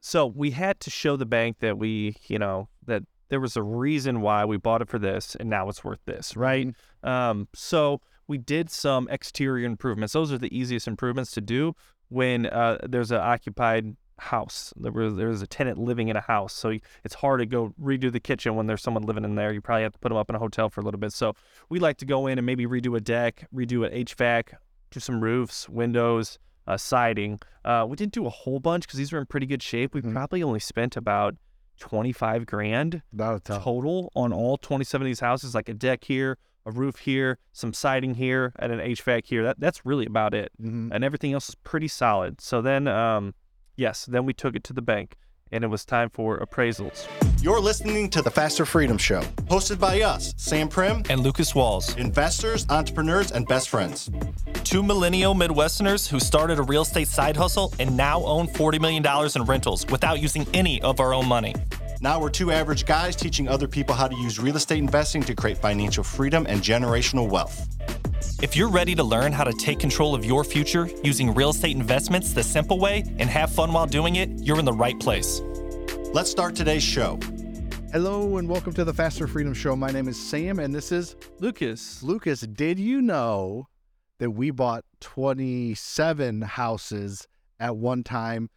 So we had to show the bank that we, you know, that there was a reason why we bought it for this and now it's worth this, right? Um, so we did some exterior improvements. Those are the easiest improvements to do when uh, there's an occupied house. There was there was a tenant living in a house, so y- it's hard to go redo the kitchen when there's someone living in there. You probably have to put them up in a hotel for a little bit. So we like to go in and maybe redo a deck, redo an HVAC, do some roofs, windows, uh, siding. Uh, we didn't do a whole bunch because these were in pretty good shape. We Mhm. probably only spent about twenty five grand Not a ton. total on all 27 of these houses, like a deck here, a roof here, some siding here, and an HVAC here. That, that's really about it. Mhm. And everything else is pretty solid. So then, um, yes, then we took it to the bank and it was time for appraisals. You're listening to the Faster Freedom Show, hosted by us, Sam Prim, and Lucas Walls, investors, entrepreneurs, and best friends. two millennial Midwesterners who started a real estate side hustle and now own $40 million in rentals without using any of our own money. Now we're two average guys teaching other people how to use real estate investing to create financial freedom and generational wealth. If you're ready to learn how to take control of your future using real estate investments the simple way and have fun while doing it, you're in the right place. Let's start today's show. Hello and welcome to the Faster Freedom Show. My name is Sam, and this is Lucas, Lucas. Did you know that we bought 27 houses at one time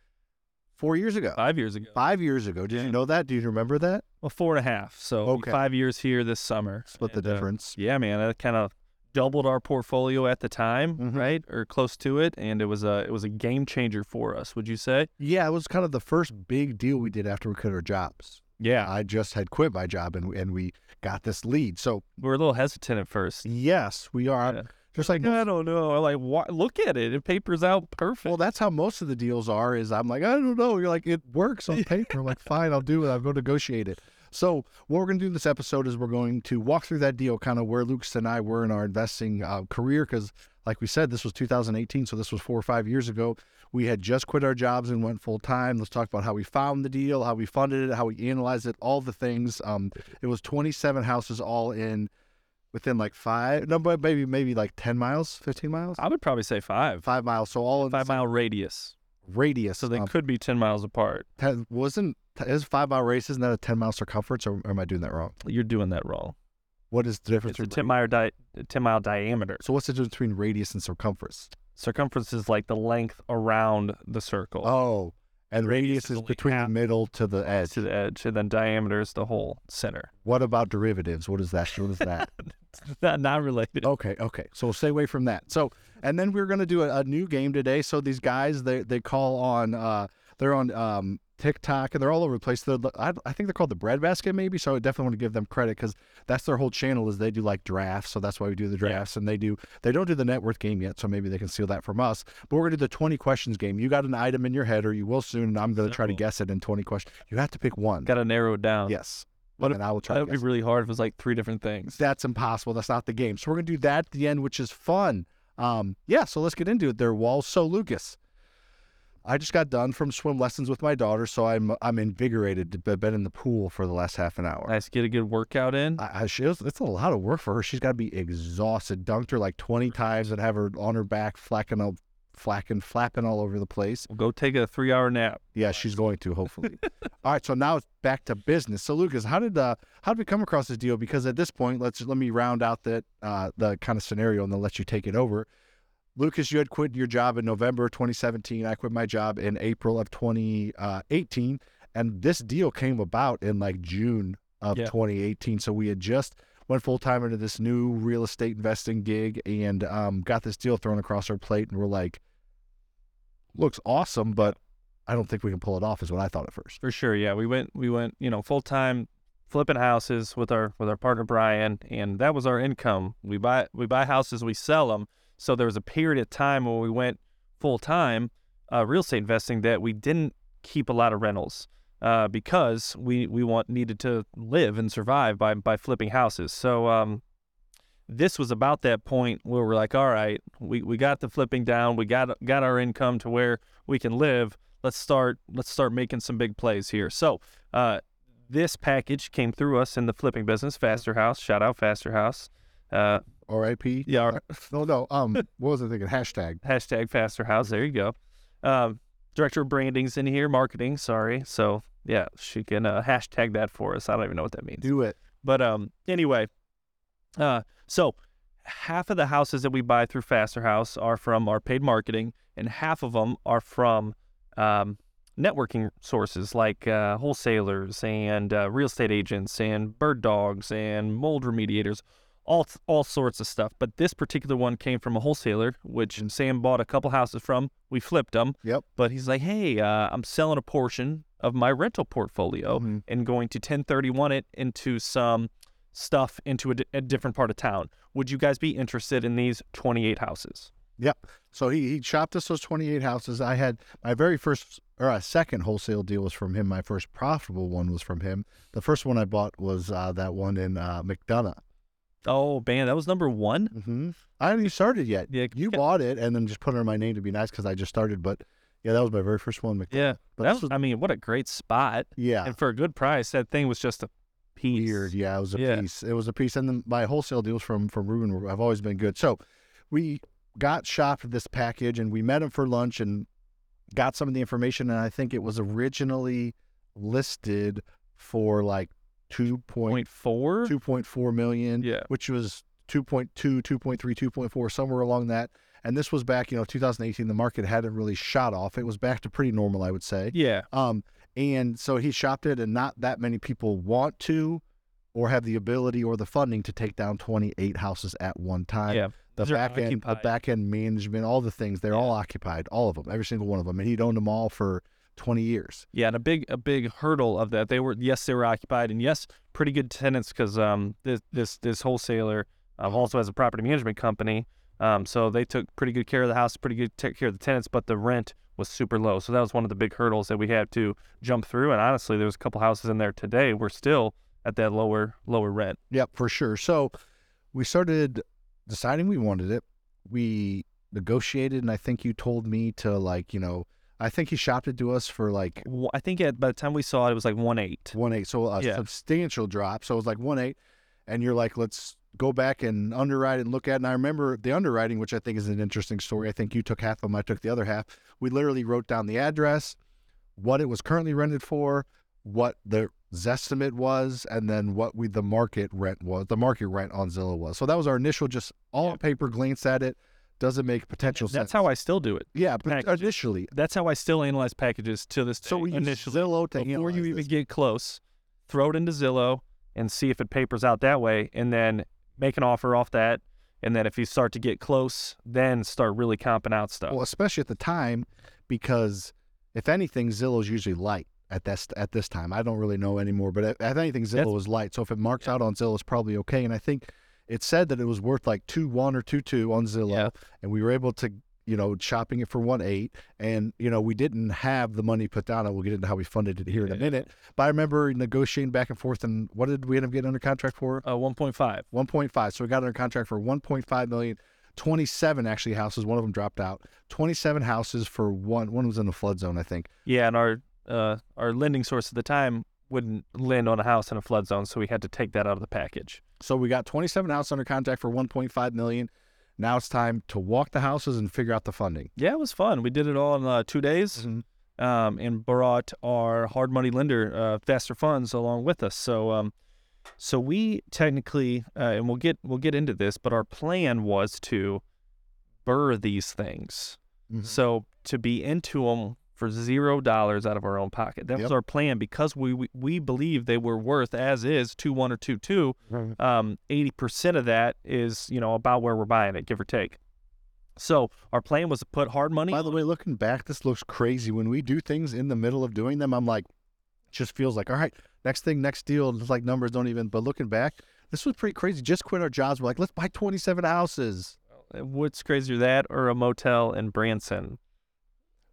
four years ago? five years ago. Five years ago. Did you know that? Do you remember that? Well, four and a half. So Okay. five years here this summer. Split the And, uh, difference. yeah, man, that kind of doubled our portfolio at the time, Mhm. right, or close to it, and it was a it was a game changer for us. Would you say? Yeah, it was kind of the first big deal we did after we quit our jobs. Yeah, I just had quit my job and, and we got this lead. So, we were a little hesitant at first. yes, we are. Yeah. Just like, I don't know. I'm like, why? look at it. It papers out perfect. well, that's how most of the deals are is I'm like, I don't know. You're like, it works on paper. I'm like, fine, I'll do it. I'll go negotiate it. So, what we're going to do in this episode is we're going to walk through that deal, kind of where Lucas and I were in our investing uh, career. Because, like we said, this was 2018. So, this was four or five years ago. We had just quit our jobs and went full time. Let's talk about how we found the deal, how we funded it, how we analyzed it, all the things. Um, it was 27 houses all in within like five, no, but maybe, maybe like 10 miles, 15 miles, I would probably say five, five miles. So, all in five mile radius. radius. So they um, could be ten miles apart. ten, wasn't is five mile race isn't that a ten mile circumference or, or am I doing that wrong? You're doing that wrong. What is the It's difference a ten between mile di- ten mile diameter. so what's the difference between radius and circumference? Circumference is like the length around the circle Oh, and radius, is is only between the half middle to the edge. to the edge, and then diameter is the whole center. What about derivatives? What is that? What is that? not not related. okay, okay. So we'll stay away from that. So and then we're gonna do a, a new game today. So these guys they they call on uh they're on um TikTok and they're all over the place. They're, I, I think they're called the Breadbasket maybe. So I definitely want to give them credit because that's their whole channel is they do like drafts. So that's why we do the drafts and they do they don't do the net worth game yet. So maybe they can steal that from us. But we're gonna do the twenty questions game. You got an item in your head or you will soon, and I'm gonna try to Several. guess it in twenty questions. You have to pick one. Got to narrow it down. yes. What and I will try. that to would be guess. really hard if it was like three different things. That's impossible. That's not the game. So we're gonna do that at the end, which is fun. Um, yeah, so let's get into it. There, walls. So Lucas, I just got done from swim lessons with my daughter, so I'm I'm invigorated. I've been in the pool for the last half an hour. Nice, get a good workout in. I, I, she was, it's a lot of work for her. She's got to be exhausted. Dunked her like 20 times and have her on her back, flacking, all, flacking, flapping all over the place. We'll go take a three hour nap. Yeah, she's going to hopefully. All right, so now it's back to business. So Lucas, how did uh, how did we come across this deal? Because at this point, let's let me round out that uh, the kind of scenario and then let you take it over. Lucas, you had quit your job in November 2017. I quit my job in April of 2018, and this deal came about in like June of Yeah. 2018. So we had just went full time into this new real estate investing gig and um, got this deal thrown across our plate, and we're like, looks awesome, but I don't think we can pull it off. Is what I thought at first. For sure, yeah. We went we went, you know, full time flipping houses with our with our partner Brian and that was our income. We buy we buy houses, we sell them. So there was a period of time when we went full time uh, real estate investing that we didn't keep a lot of rentals uh, because we we want needed to live and survive by by flipping houses. So um this was about that point where we're like, all right, we, we got the flipping down, we got got our income to where we can live let's start let's start making some big plays here. So uh, this package came through us in the flipping business, Faster House. Shout out Faster House. Uh, R.I.P. yeah, our No, no. Um, what was I thinking? Hashtag. hashtag Faster House. There you go. Um, director of branding's in here, marketing. Sorry. So yeah, she can uh, hashtag that for us. I don't even know what that means. Do it. But um, anyway, uh, so half of the houses that we buy through Faster House are from our paid marketing, and half of them are from um, networking sources like uh, wholesalers and uh, real estate agents and bird dogs and mold remediators, all all sorts of stuff. But this particular one came from a wholesaler, which Sam bought a couple houses from. We flipped them, Yep. but he's like, "Hey, uh, I'm selling a portion of my rental portfolio Mhm. and going to 1031 it into some stuff into a, di- a different part of town. Would you guys be interested in these 28 houses?" Yep. So he, he chopped us those 28 houses. I had my very first or a second wholesale deal was from him. My first profitable one was from him. The first one I bought was uh, that one in uh, McDonough. Oh man, that was number one. Mm-hmm. I hadn't even started yet. Yeah, You yeah. bought it and then just put it in my name to be nice because I just started. But yeah, that was my very first one. Mc- Yeah, But that this was, was- I mean, what a great spot. yeah. And for a good price, that thing was just a piece. Weird. Yeah, it was a Yeah. piece. It was a piece. And then my wholesale deals from from Ruben were, have always been good. So we got shopped this package and we met him for lunch and got some of the information. And I think it was originally listed for like 2.4 Point four. 2.4 million, Yeah. which was 2.2, 2.3, 2.4, somewhere along that. And this was back, you know, 2018. The market hadn't really shot off. It was back to pretty normal, I would say. Yeah, Um, and so he shopped it, and not that many people want to or have the ability or the funding to take down 28 houses at one time. yeah. The These are back end, the occupied. back end management, all the things, they're all occupied, all of them, every single one of them. And he'd owned them all for 20 years. Yeah, and a big a big hurdle of that. They were yes, they were occupied, and yes, pretty good tenants because um this this this wholesaler um, also has a property management company. Um, so they took pretty good care of the house, pretty good take care of the tenants, but the rent was super low. So that was one of the big hurdles that we had to jump through. And honestly, there was a couple houses in there today. We're still at that lower lower rent. Yep, for sure. So we started deciding we wanted it. We negotiated, and I think you told me to, like, you know, I think he shopped it to us for like Wh- I think at by the time we saw it, it was like one eight. one eight. So a Yeah. substantial drop. So it was like one eight, and you're like, let's go back and underwrite and look at. it. And I remember the underwriting, which I think is an interesting story. I think you took half of them, I took the other half. We literally wrote down the address, what it was currently rented for, what the zestimate was, and then what we the market rent was, the market rent on Zillow was. So that was our initial, just all on paper glance at it. Doesn't make potential sense. That's how I still do it. yeah, but packages. initially. That's how I still analyze packages to this day. So we use initially. Zillow to before you analyze even this. get close, throw it into Zillow and see if it papers out that way, and then make an offer off that. And then if you start to get close, then start really comping out stuff. Well, especially at the time, because if anything, Zillow's usually light at this at this time. I don't really know anymore, but if, if anything, Zillow That's- is light. So if it marks out on Zillow, it's probably okay. And I think it said that it was worth like two one or two two on Zillow, Yeah. and we were able to you know shopping it for one eight and you know we didn't have the money put down and we'll get into how we funded it here in a Yeah. minute but i remember negotiating back and forth and what did we end up getting under contract for uh, 1.5. 1.5. So we got under contract for 1.5 million. 27 actually houses. One of them dropped out. 27 houses for one. One was in the flood zone, I think. Yeah, and our uh, our lending source at the time wouldn't lend on a house in a flood zone, so we had to take that out of the package. So we got 27 houses under contract for 1.5 million. Now it's time to walk the houses and figure out the funding. Yeah, it was fun. We did it all in uh, two days, Mm-hmm. um, and brought our hard money lender, uh, Faster Funds, along with us. So, um, so we technically, uh, and we'll get we'll get into this, but our plan was to burr these things. Mhm. So to be into them for zero dollars out of our own pocket. That Yep. was our plan because we, we we believe they were worth as is two one or two two. Um, eighty percent of that is you know about where we're buying it, give or take. So our plan was to put hard money. By the way, looking back, this looks crazy. When we do things in the middle of doing them, I'm like, just feels like, all right, next thing, next deal. It's like numbers don't even, but looking back, this was pretty crazy. Just quit our jobs. We're like, let's buy 27 houses. What's crazier, that or a motel in Branson?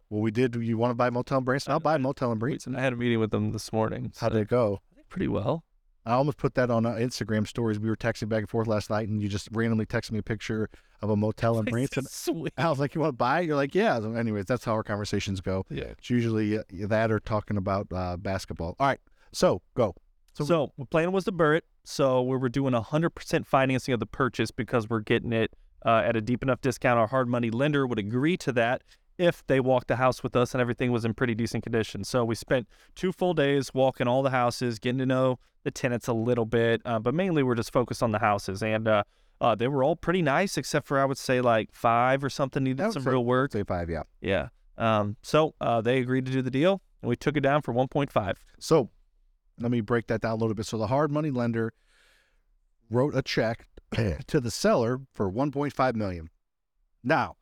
Well, we did. You want to buy Motel and Branson? I'll buy Motel and Branson. I had a meeting with them this morning. How so- did it go? pretty well? I almost put that on uh, Instagram stories. We were texting back and forth last night, and you just randomly texted me a picture of a motel in Branson. Sweet. I was like, "You want to buy?" it?" You're like, "Yeah." So anyways, that's how our conversations go. Yeah. It's usually uh, that or talking about uh, basketball. All right, so go. So, the plan was to burr it. So we were doing 100% financing of the purchase because we're getting it uh, at a deep enough discount. Our hard money lender would agree to that. if they walked the house with us and everything was in pretty decent condition. So we spent two full days walking all the houses, getting to know the tenants a little bit, uh, but mainly we're just focused on the houses. And uh, uh, they were all pretty nice, except for I would say like five or something needed would some say- real work. Say five, yeah. Yeah. Um, so uh, they agreed to do the deal, and we took it down for 1.5. So let me break that down a little bit. So the hard money lender wrote a check to the seller for 1.5 million. Now,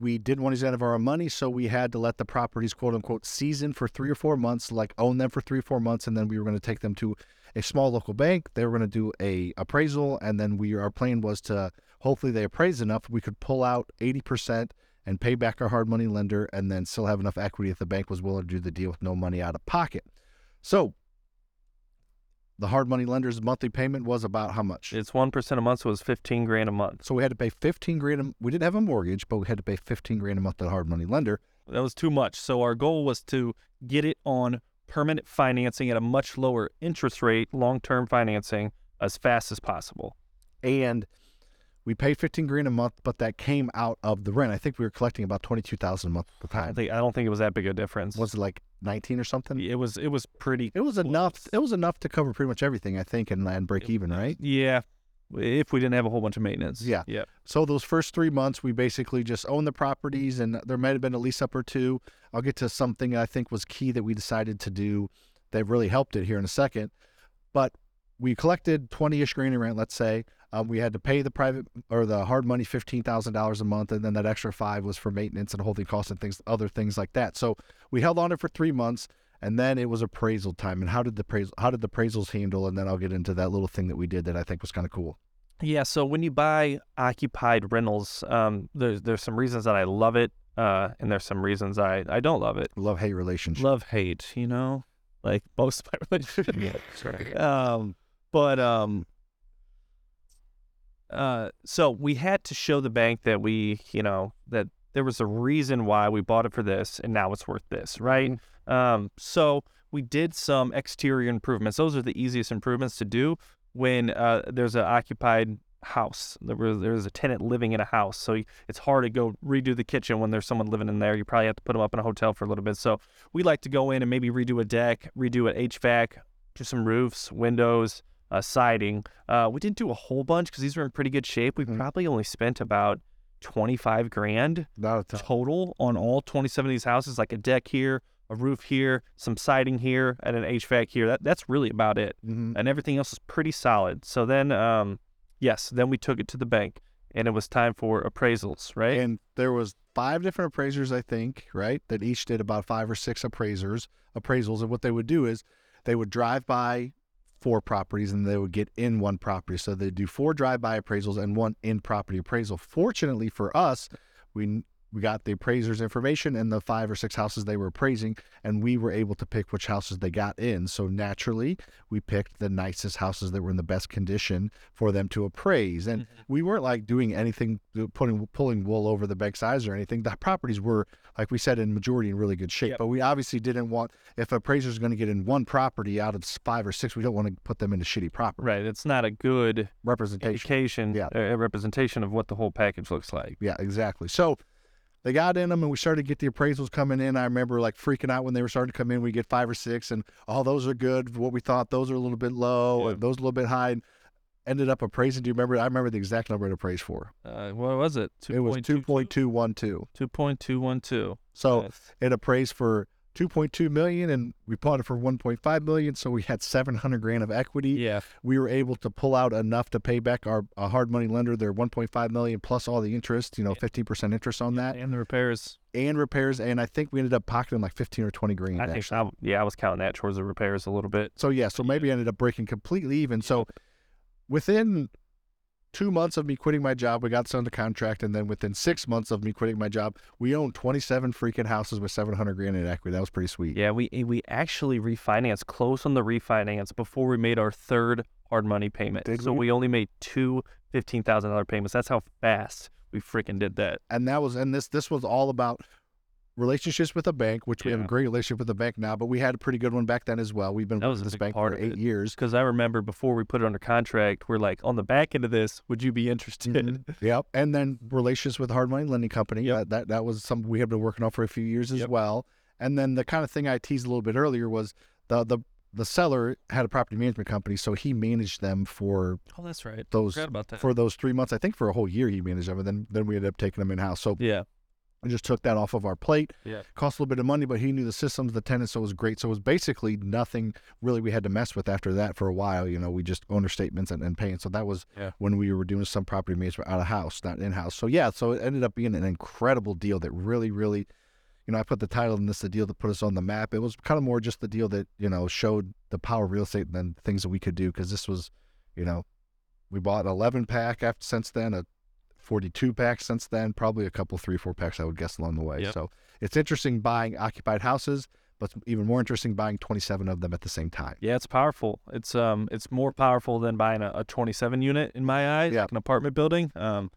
we didn't want to use any of our own money, so we had to let the properties quote unquote season for three or four months, like own them for three or four months, and then we were going to take them to a small local bank. They were going to do a appraisal, and then we our plan was to hopefully they appraise enough we could pull out 80% and pay back our hard money lender and then still have enough equity if the bank was willing to do the deal with no money out of pocket. So the hard money lender's monthly payment was about how much? It's 1% a month, so it was 15 grand a month. So we had to pay 15 grand. A, we didn't have a mortgage, but we had to pay 15 grand a month to the hard money lender. That was too much. So our goal was to get it on permanent financing at a much lower interest rate, long term financing, as fast as possible. And we paid 15 grand a month, but that came out of the rent. I think we were collecting about 22,000 a month at the I time. think I don't think it was that big a difference. Was it like 19 or something? it was it was pretty It was enough. It was enough to cover pretty much everything, I think, and, and break even, right? yeah. If we didn't have a whole bunch of maintenance. Yeah. Yeah. So those first three months, we basically just owned the properties, and there might have been a lease up or two. I'll get to something I think was key that we decided to do that really helped it here in a second. But we collected twenty-ish grand in rent, let's say. Um, we had to pay the private or the hard money fifteen thousand dollars a month, and then that extra five was for maintenance and holding costs and things, other things like that. So we held on it for three months, and then it was appraisal time. And how did the appraisal, how did the appraisals handle? And then I'll get into that little thing that we did that I think was kind of cool. Yeah, so when you buy occupied rentals, um, there's there's some reasons that I love it, uh, and there's some reasons I, I don't love it. Love hate relationship. Love hate, you know, like most of my relationships. um, but um, uh, so we had to show the bank that we, you know, that there was a reason why we bought it for this, and now it's worth this, right? Um, so we did some exterior improvements. Those are the easiest improvements to do when uh, there's an occupied house. There was, there was a tenant living in a house, so y- it's hard to go redo the kitchen when there's someone living in there. You probably have to put them up in a hotel for a little bit. So we like to go in and maybe redo a deck, redo an HVAC, do some roofs, windows, uh, siding. Uh, we didn't do a whole bunch because these were in pretty good shape. We probably only spent about twenty five grand Not a ton. total on all 27 of these houses, like a deck here, a roof here, some siding here, and an HVAC here. That, that's really about it. Mhm. And everything else is pretty solid. So then, um, yes, then we took it to the bank and it was time for appraisals, right? And there was five different appraisers, I think, right? That each did about five or six appraisers appraisals. And what they would do is they would drive by four properties and they would get in one property. So they do four drive by appraisals and one in property appraisal. Fortunately for us, we we got the appraiser's information and the five or six houses they were appraising, and we were able to pick which houses they got in. So naturally, we picked the nicest houses that were in the best condition for them to appraise. And Mm-hmm. we weren't like doing anything, uh, putting pulling wool over the bank's eyes or anything. The properties were, like we said, in majority in really good shape. Yep. But we obviously didn't want if appraiser's going to get in one property out of s- five or six, we don't want to put them into shitty property right. It's not a good representation. indication, Yeah. uh, representation of what the whole package looks like. Yeah, exactly. So they got in them and we started to get the appraisals coming in. I remember like freaking out when they were starting to come in. We get five or six and all those are good. What we thought, those are a little bit low, Yeah. those a little bit high. And ended up appraising. Do you remember? I remember the exact number it appraised for. Uh, what was it? it was 2.212. 2.212. So Yes. it appraised for 2.2 million and we bought it for 1.5 million. So we had 700 grand of equity. Yeah. we were able to pull out enough to pay back our a hard money lender their 1.5 million plus all the interest you know 15% interest on that And the repairs. and repairs and i think we ended up pocketing like 15 or 20 grand I think, actually. I, yeah, I was counting that towards the repairs a little bit. so yeah so maybe I ended up breaking completely even so within two months of me quitting my job we got signed the contract and then within six months of me quitting my job we owned 27 freaking houses with 700 grand in equity that was pretty sweet Yeah, we eh, we actually refinanced, closed on the refinance before we made our third hard money payment. Did so we? only made two fifteen thousand dollar payments. That's how fast we freaking did that. and that was and this this was all about relationships with a bank, which we have a Yeah. great relationship with the bank now, but we had a pretty good one back then as well. We've been That with was a this big bank part for of eight it. years. Because I remember before we put it under contract, we're like, on the back end of this, would you be interested? Mm-hmm. Yep. And then relationships with Hard Money Lending Company. Yep. That, that that was something we had been working on for a few years as Yep. well. And then the kind of thing I teased a little bit earlier was the the the seller had a property management company, so he managed them for Oh, that's right. those Forgot about that. for those three months. I think for a whole year he managed them, and then then we ended up taking them in house. So yeah. we just took that off of our plate. Yeah. Cost a little bit of money, but he knew the systems, the tenants, so it was great. So it was basically nothing really we had to mess with after that for a while. You know, we just owner statements and, and paying. So that was Yeah. when we were doing some property management out of house, not in house. So yeah, so it ended up being an incredible deal that really, really, you know, I put the title in this, the deal that put us on the map. It was kind of more just the deal that, you know, showed the power of real estate and then things that we could do because this was, you know, we bought an 11 pack after since then, a 42 packs since then, probably a couple three, four packs, I would guess, along the way. Yep. So it's interesting buying occupied houses, but it's even more interesting buying 27 of them at the same time. Yeah, it's powerful. It's um, it's more powerful than buying a, a 27 unit in my eyes, Yeah. like an apartment building. Um,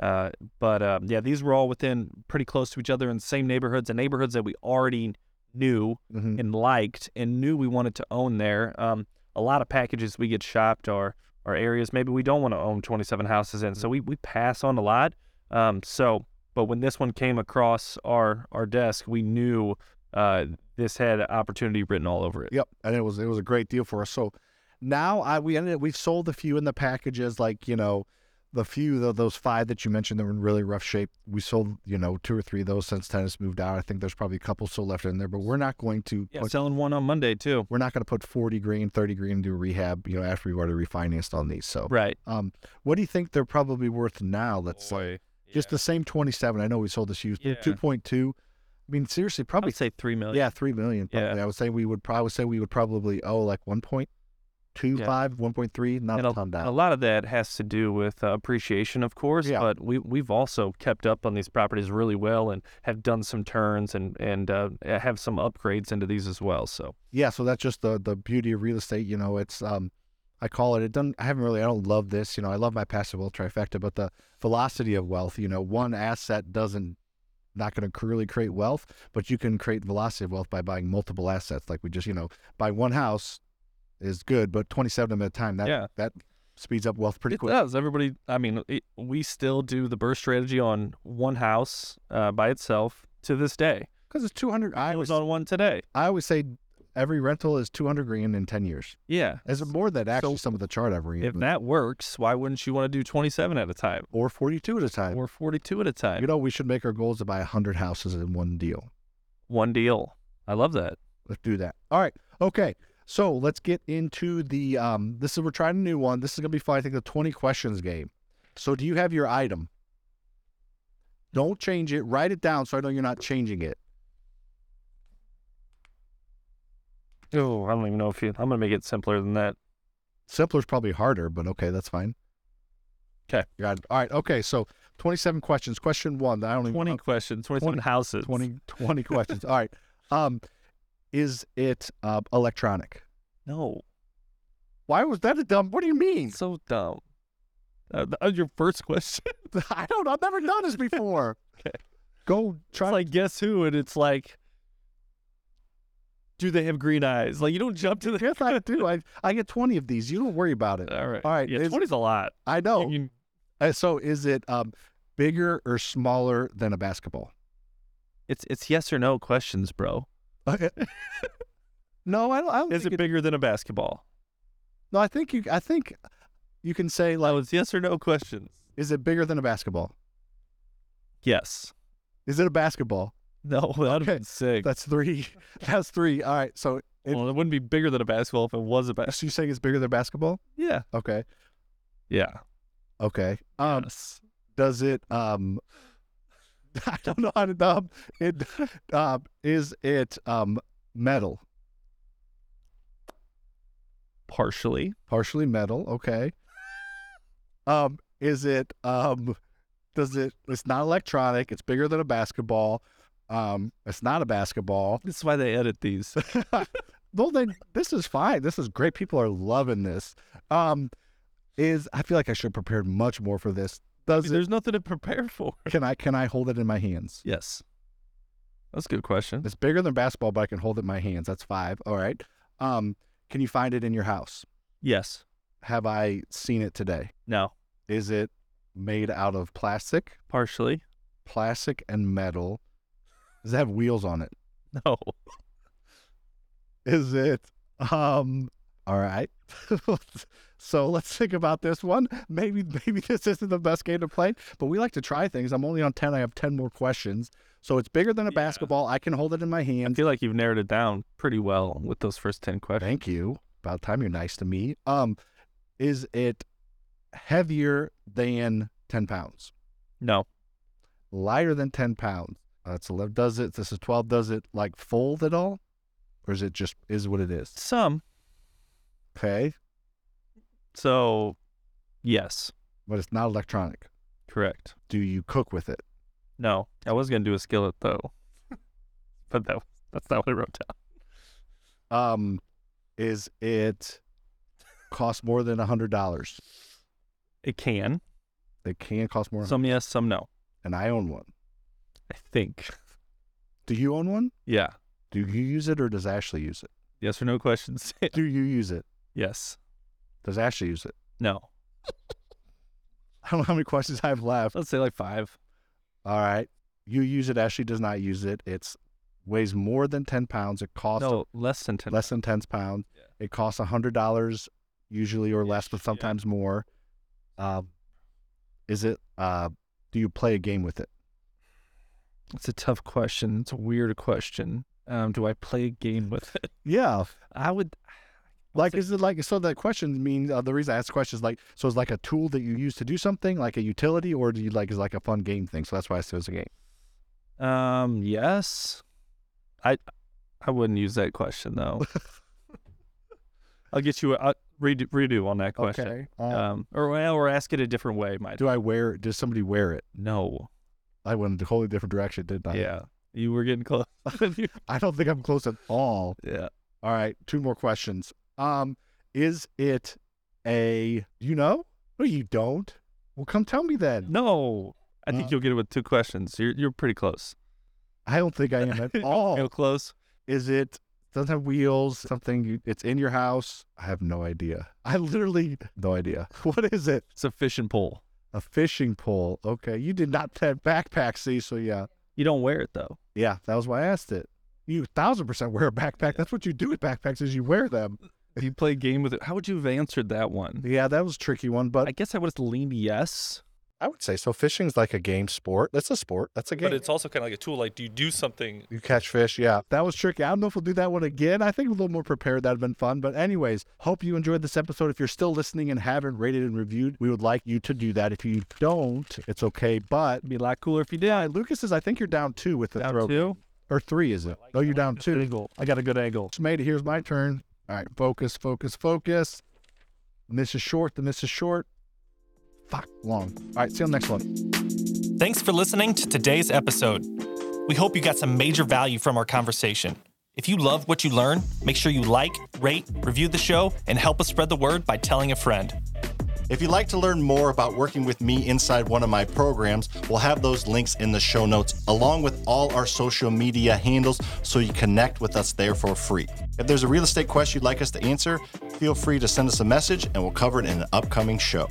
uh, but um, yeah, these were all within pretty close to each other in the same neighborhoods and neighborhoods that we already knew Mm-hmm. and liked and knew we wanted to own there. Um, a lot of packages we get shopped are are areas maybe we don't want to own 27 houses in, so we we pass on a lot. Um, so, but when this one came across our our desk, we knew uh, this had opportunity written all over it. Yep, and it was it was a great deal for us. So now I we ended up, we've sold a few in the packages, like you know, the few tho- those five that you mentioned that were in really rough shape. We sold you know two or three of those since tennis moved out. I think there's probably a couple still left in there, but we're not going to Yeah, put, selling one on Monday too. we're not going to put forty grand, thirty grand into rehab. You know, after we've already refinanced on these. So Right. Oh, um, what do you think they're probably worth now? Let's say just the same twenty seven. I know we sold this used Yeah. two point two. I mean, seriously, I probably would say three million. yeah, three million. Yeah. Probably. I would say we would probably say we would probably owe like 1.25, 1.3, not And a ton a down. lot of that has to do with uh, appreciation, of course. Yeah. But we we've also kept up on these properties really well and have done some turns and and uh, have some upgrades into these as well. So Yeah, so that's just the the beauty of real estate. You know, it's um, I call it. It doesn't. I haven't really. I don't love this. You know, I love my passive wealth trifecta, but the velocity of wealth. You know, one asset doesn't not going to really create wealth, but you can create velocity of wealth by buying multiple assets. Like we just, you know, buy one house is good, but 27 of them at a time. That Yeah. that speeds up wealth pretty it quick. does. Everybody, I mean, it, we still do the burst strategy on one house uh, by itself to this day. Because it's 200. I I was always- on one today. I always say every rental is 200 grand in 10 years. Yeah. Is it more than actually So- some of the chart I've read? If that works, why wouldn't you want to do 27 at a time or 42 at a time. or 42 at a time? you know, we should make our goals to buy 100 houses in one deal. one deal. I love that. Let's do that. All right. Okay. So let's get into the. Um, this is we're trying a new one. This is gonna be fun. I think the 20 questions game. So do you have your item? Don't change it. Write it down so I know you're not changing it. Oh, I don't even know if you. I'm gonna make it simpler than that. Simpler is probably harder, but okay, that's fine. 'Kay. Got it. All right. Okay. So 27 questions. Question one. I don't even. 20 questions, 27 20 houses. 20, 20 questions. All right. Um, is it uh, electronic? No, Why was that a dumb? What do you mean? so dumb. Uh, th- uh, your first question. It's I don't. I've never done this before. Go try. like guess who, and it's like, do they have green eyes? Like you don't jump to the. yes, I do. I I get twenty of these. You don't worry about it. All right, Oh. All right, Yeah, is- 20's a lot. I know. You- Uh, So is it um, bigger or smaller than a basketball? it's it's yes or no questions, bro. no, I don't. I don't Is think it bigger than a basketball? No, I think you. I think you can say like, Oh, it's yes or no questions. is it bigger than a basketball? Yes. Is it a basketball? No, that'd Okay, have been sick. That's three. That's three. All right. So it, well, it wouldn't be bigger than a basketball if it was a basketball. so you saying it's bigger than basketball? Yeah. Okay. Yeah. Okay. Um, yes. does it um I don't know how to um it um is it um metal? Partially. Partially metal, okay. Um is it um does it it's not electronic, it's bigger than a basketball. Um it's not a basketball. That's why they edit these. Well then this is fine. This is great. People are loving this. Um is I feel like I should have prepared much more for this. Does it There's nothing to prepare for. can I can I hold it in my hands? Yes. That's a good question. It's bigger than basketball, but I can hold it in my hands. That's five. All right. Um, can you find it in your house? Yes. Have I seen it today? No. Is it made out of plastic, Partially. plastic and metal? Does it have wheels on it? No. Is it? Um, all right. so let's think about this one. Maybe maybe this isn't the best game to play, but we like to try things. I'm only on ten. I have ten more questions. So it's bigger than a Yeah. basketball. I can hold it in my I hand. feel like you've narrowed it down pretty well with those first ten questions. Thank you. About time you're nice to me. Um, is it heavier than ten pounds? No. Lighter than ten pounds? That's eleven. Does it? This is twelve. Does it like fold at all, or is it just is what it is? Some. Okay, So yes. but it's not electronic. Correct. Do you cook with it? No. I was gonna do a skillet though. but that that's not what I wrote down. Um, is it cost more than a hundred dollars? It can. It can cost more, Some yes, some no. and I own one. I think. Do you own one? Yeah. Do you use it, or does Ashley use it? Yes or no questions. Do you use it? yes. Does Ashley use it? No. I don't know how many questions I have left. Let's say like five. All right. You use it. Ashley does not use it. It's weighs more than 10 pounds. It costs No, less than ten. less than 10 pounds. It costs $100 usually or less, but Ish, yeah. sometimes more. Uh, is it, uh, do you play a game with it? It's a tough question. It's a weird question. Um, do I play a game with it? Yeah. I would. Like, is it like, so that question means uh, the reason I asked the question is like, so it's like a tool that you use to do something, like a utility, or do you like, is like a fun game thing? So that's why I said it's a game. Um, yes. I, I wouldn't use that question though. I'll get you a I'll redo, redo on that question. Uh, Um, or well, or ask it a different way. Might do I wear, does somebody wear it? no. I went a wholly different direction, didn't I? Yeah, you were getting close. I don't think I'm close at all. yeah. All right, two more questions. Um, is it a you know? No, you don't. Well, come tell me then. No, I think Uh, you'll get it with two questions. You're you're pretty close. I don't think I am at all. Real close. Is it doesn't have wheels? Something you, it's in your house? I have no idea. I literally no idea. What is it? It's a fishing pole. A fishing pole? Okay, you did not have backpack, see? So yeah, You don't wear it though. yeah, that was why I asked it. You thousand percent wear a backpack. That's what you do with backpacks is you wear them. If you play a game with it, how would you have answered that one? Yeah, that was a tricky one, but I guess I would have leaned yes. I would say so. Fishing's like a game sport. That's a sport. That's a game. But it's also kind of like a tool. Like, do you do something? you catch fish, yeah. That was tricky. I don't know if we'll do that one again. I think a little more prepared. That'd been fun. But anyways, hope you enjoyed this episode. If you're still listening and haven't rated and reviewed, we would like you to do that. If you don't, it's okay. But It'd be a lot cooler if you did. All right, Lucas says I think you're down two with the Down throw two. or three, is it? no, you're down two. I got a good angle. Just made it. Here's my turn. All right, focus, focus, focus. This is short. The miss is short. Fuck, long. All right, see you on the next one. Thanks for listening to today's episode. We hope you got some major value from our conversation. If you love what you learn, make sure you like, rate, review the show, and help us spread the word by telling a friend. If you'd like to learn more about working with me inside one of my programs, we'll have those links in the show notes, along with all our social media handles, so you connect with us there for free. If there's a real estate question you'd like us to answer, feel free to send us a message and we'll cover it in an upcoming show.